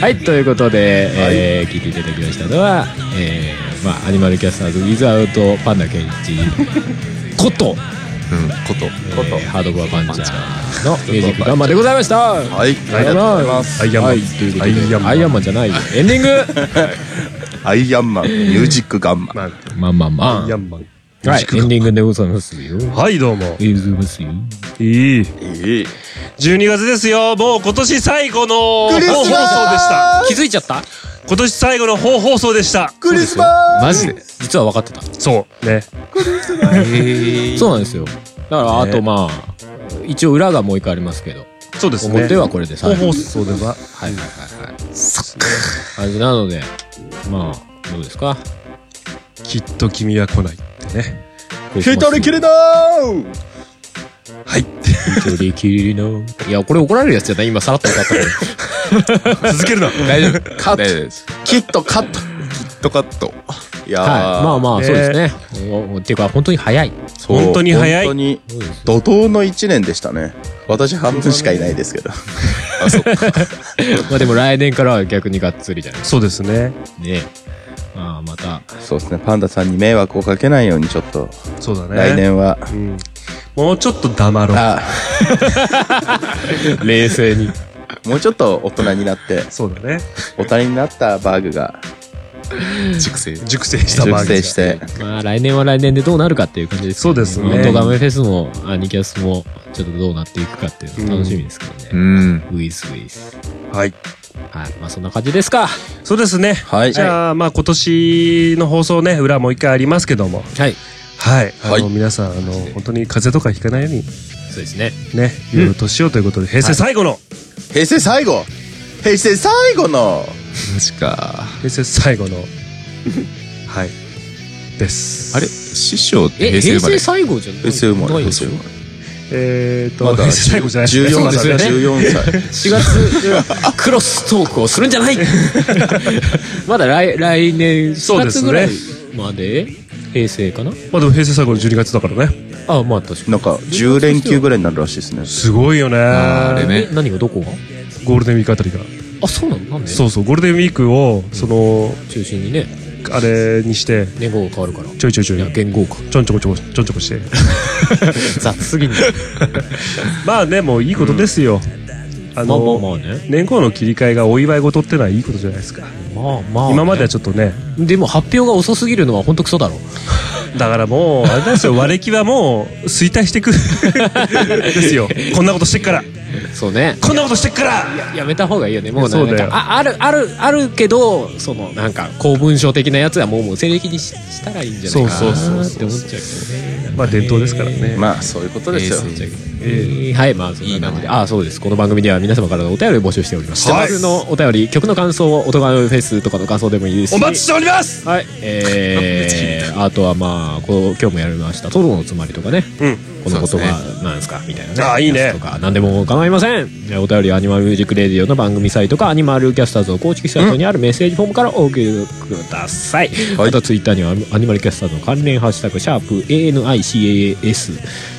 はい、ということで、えー聞いていただきましたのは、えーまあ、アニマルキャスターズ・ウィズ・アウト・パンダ・ケンイチこと、
うん、こと。
えーハードボア・パンチャーのミュージックバンマンでございました
はい、ありがとうございます。
アイアンマン
はい、ということで
アイアンマン
アイアンマンじゃないよエンディング
アイアンマン、ミュージックガンマン。
ま
まあ
あ、
まあまあ
アイアンマン。
はい、エンディングでございますよ。
はい、どうも。
いずますよ。
いい。
ええ
12月ですよ。もう今年最後の本放送でした。
気づいちゃった
今年最後の本放送でした。
クリスマ
マジで実は分かってた。
そう。ね。
そうなんですよ。だから、あとまあ、一応裏がもう一回ありますけど、
そうですね。
表はこれで最
本
後。
放送では。
はいはいはいはい。感じなので、まあ、どうですか
きっと君は来ないってね。
クリ
ス
スマス
一人きりだ
はい。
一人きりの。いや、これ怒られるやつじゃない今、さらっと歌った けど。
続けるな。
大丈夫。
カット
大丈夫です。
キットカット
キットカット。
いや
は
ー、
い。まあまあ、そうですね。おっていうか、本当に早い。
そう
本当に早い
本当に
そうです
怒涛の一年でしたね。私半分しかいないですけど。
まあでも来年からは逆にがっつりじゃないで
そうですね。
すかね。まあ、また、
そうですね、パンダさんに迷惑をかけないようにちょっと、
そうだね。
来。年は。
うん。もうちょっと黙ろう。
あ
冷静 に。
もうちょっと大人になって、
そうだね。
大人になったバーグが
熟成。
熟成した場合。
熟成して、
まあ来年は来年でどうなるかっていう感じです
そうですね
ね。トガメフェスもアニキャスもちょっとどうなっていくかっていうの楽しみですけどね。
ん。
ウィスウィス。
はい。
はい。まあそんな感じですか。
そうですね。
はい。
じゃあ、まあ今年の放送ね、裏もう一回ありますけども。
はい。
はい。あの、
はい
皆さん、あの、本当に風邪とかひかないように
そうですね。
ね、いろいろ年をということで、平成最後の、
平成最後平成最後の
マジか。
平成最後の、はい。です。
あれ師匠って
え、
平
平
成生ま
成。
れ
最後じゃない
平成生まれ。
ないで
平成
す
生
よ。
まれ。
えーと、
まだ
平成最後じゃない
14
そう
歳。
ですね
14歳。
4月、クロストークをするんじゃないまだ来、来年
そ
4
うです
月
ね
ぐらいまで平成かな
まあでも平成最後の12月だからね。
あ、まあ確か
なんか、10連休ぐらいになるらしいですね。
すごいよね。
あれ
に。
ね
え、何がどこが
ゴールデンウィークあたりが。
あ、そうなのなんで
そうそう、ゴールデンウィークを、その、
中心にね、
あれにして、
年号が変わるから。い
ちょいちょいちょい、
や、元号か。
ちょんちょこちょこ、ちょんちょこして。
雑すぎんだよ。
まあね、もういいことですよ。あ
まあまあま
の、
あね。
年号の切り替えがお祝い事ってのはいいことじゃないですか。
まあまあ、
今まではちょっとね、
でも発表が遅すぎるのは本当クソだろ。
だからもう、あれなんですよ、割れ気はもう衰退していくですよ。こんなことしてっから、
そうね。
こんなことしてっから。
やめた方がいいよね。もう
いやそうだよ
なんかあある、ある、あるけど、その、なんか、公文書的なやつはもう、もう西暦にししたらいいんじゃないか
そう
なって思っちゃうけどね。
まあ伝統ですからね。
まあ、そういうことですよ。
平成
えーはい、まあ、そんな感じで。ああ、そうです。この番組では皆様からのお便りを募集しております。
はい
普通のお便り、曲の感想を、音がフェスとかの感想でもいいですし。
お待ちしております。
はい、え ー、あとはまあこう今日もやりました「トロのつまり」とかね、
うん
この言
そうです
葉なんですかみたいなね
あーいいね
やつとか何でも構いませんえーお便りはアニマルミュージックレディオの番組サイトかアニマルキャスターズの公式サイトにあるメッセージフォームからお送りください、またツイッターにはアニマルキャスターズの関連ハッシュタグ「シャープ #ANICAS」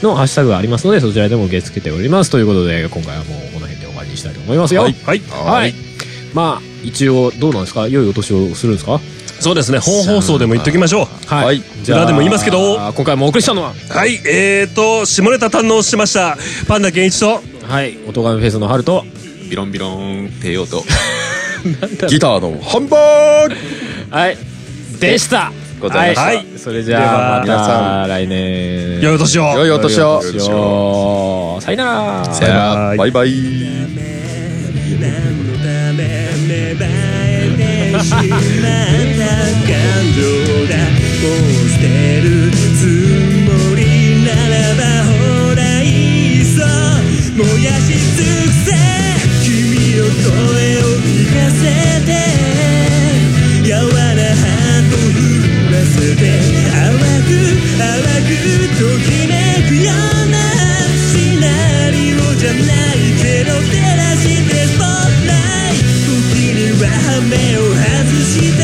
のハッシュタグがありますのでそちらでも受け付けておりますということで今回はもうこの辺で終わりにしたいと思いますよ
はい、はい、
はいまあ一応どうなんですか良いお年をするんですか
そうですね。本放送でも言っときましょう。
はい、
はい
じゃあ
裏でも言いますけど
今回もお送りしたのは
はい、えーと下ネタ堪能しました。パンダ健一と
はい「おとがめフェス」の春と
ビロンビロン、帝王と。
ギターのハンバーグ
はいでした
ございました
はい、それじゃあま
で
は
た来年
良いお年を。
良いお年を
良いお年をさよなら
さよな
バイバ
ら
イ
バイバイ。
何のため芽生えてしまった感情だもう捨てるつもりならばほらいっそ燃やし尽くせ君の声を聞かせて柔らハート震わせて淡く淡くときめくようなシナリオじゃないけど照らしてスポットライト時には目を外して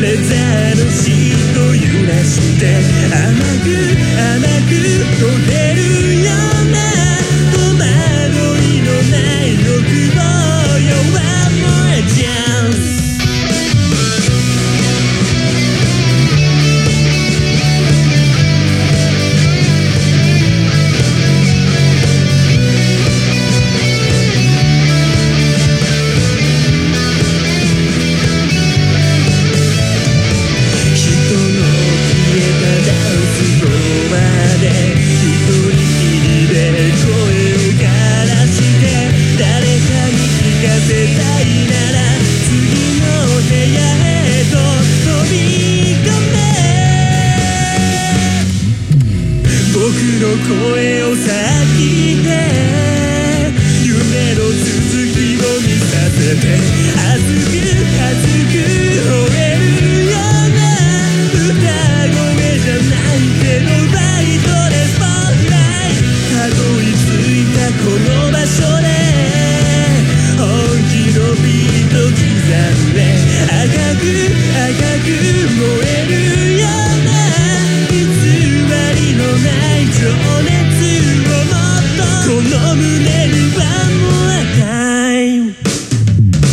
レザーのシート揺らして甘く甘く声を先で夢の続きを見させて熱く熱く吠えるような歌声じゃないけどライトでスポットライトたどり着いたこの場所で本気のビート刻んで赤く赤く燃えるような偽りのない情熱をもっとこの胸にはもう赤い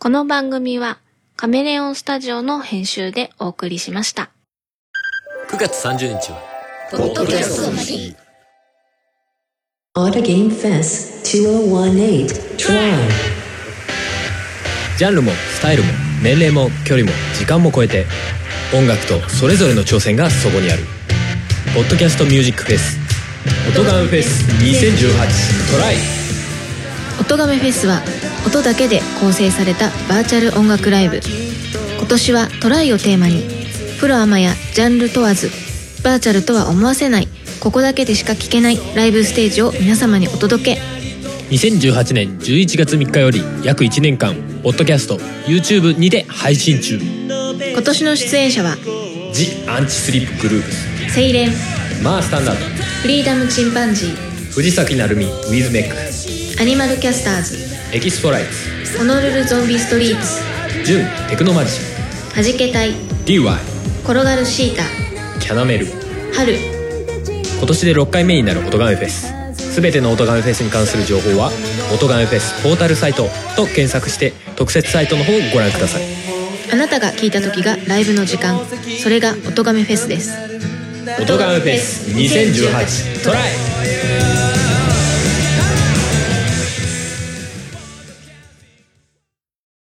この番組はカメレオンスタジオの編集でお送りしました。
9月30日は
ポッドキャストの日
Auto Game Fest 2018 Try.
ジャンルもスタイルも年齢も距離も時間も超えて音楽とそれぞれの挑戦がそこにあるポッドキャストミュージックフェス音ガンフェス2018トライ
音亀フェスは音だけで構成されたバーチャル音楽ライブ今年は「トライ」をテーマにプロアマやジャンル問わずバーチャルとは思わせないここだけでしか聴けないライブステージを皆様にお届け
2018年11月3日より約1年間ポッドキャスト YouTube にて配信中
今年の出演者は
「ジ・アンチスリップグループス
「セイレン」
マースタンダード
「フリーダムチンパンジー」
藤崎成美ウィズメック
「アニマルキャスターズ」
エキスポライツ
「ホノルルゾンビストリーツ」
ジュンテクノマジシ
「はじけたい」
ン DY
「転がるシータ」
キャナメル
「春」
今年で6回目になる音ガメフェス全ての音ガメフェスに関する情報は「音ガメフェスポータルサイト」と検索して特設サイトの方をご覧ください
あなたが聴いた時がライブの時間それが音亀フェスです
「音ガメフェス2018トライ!」
「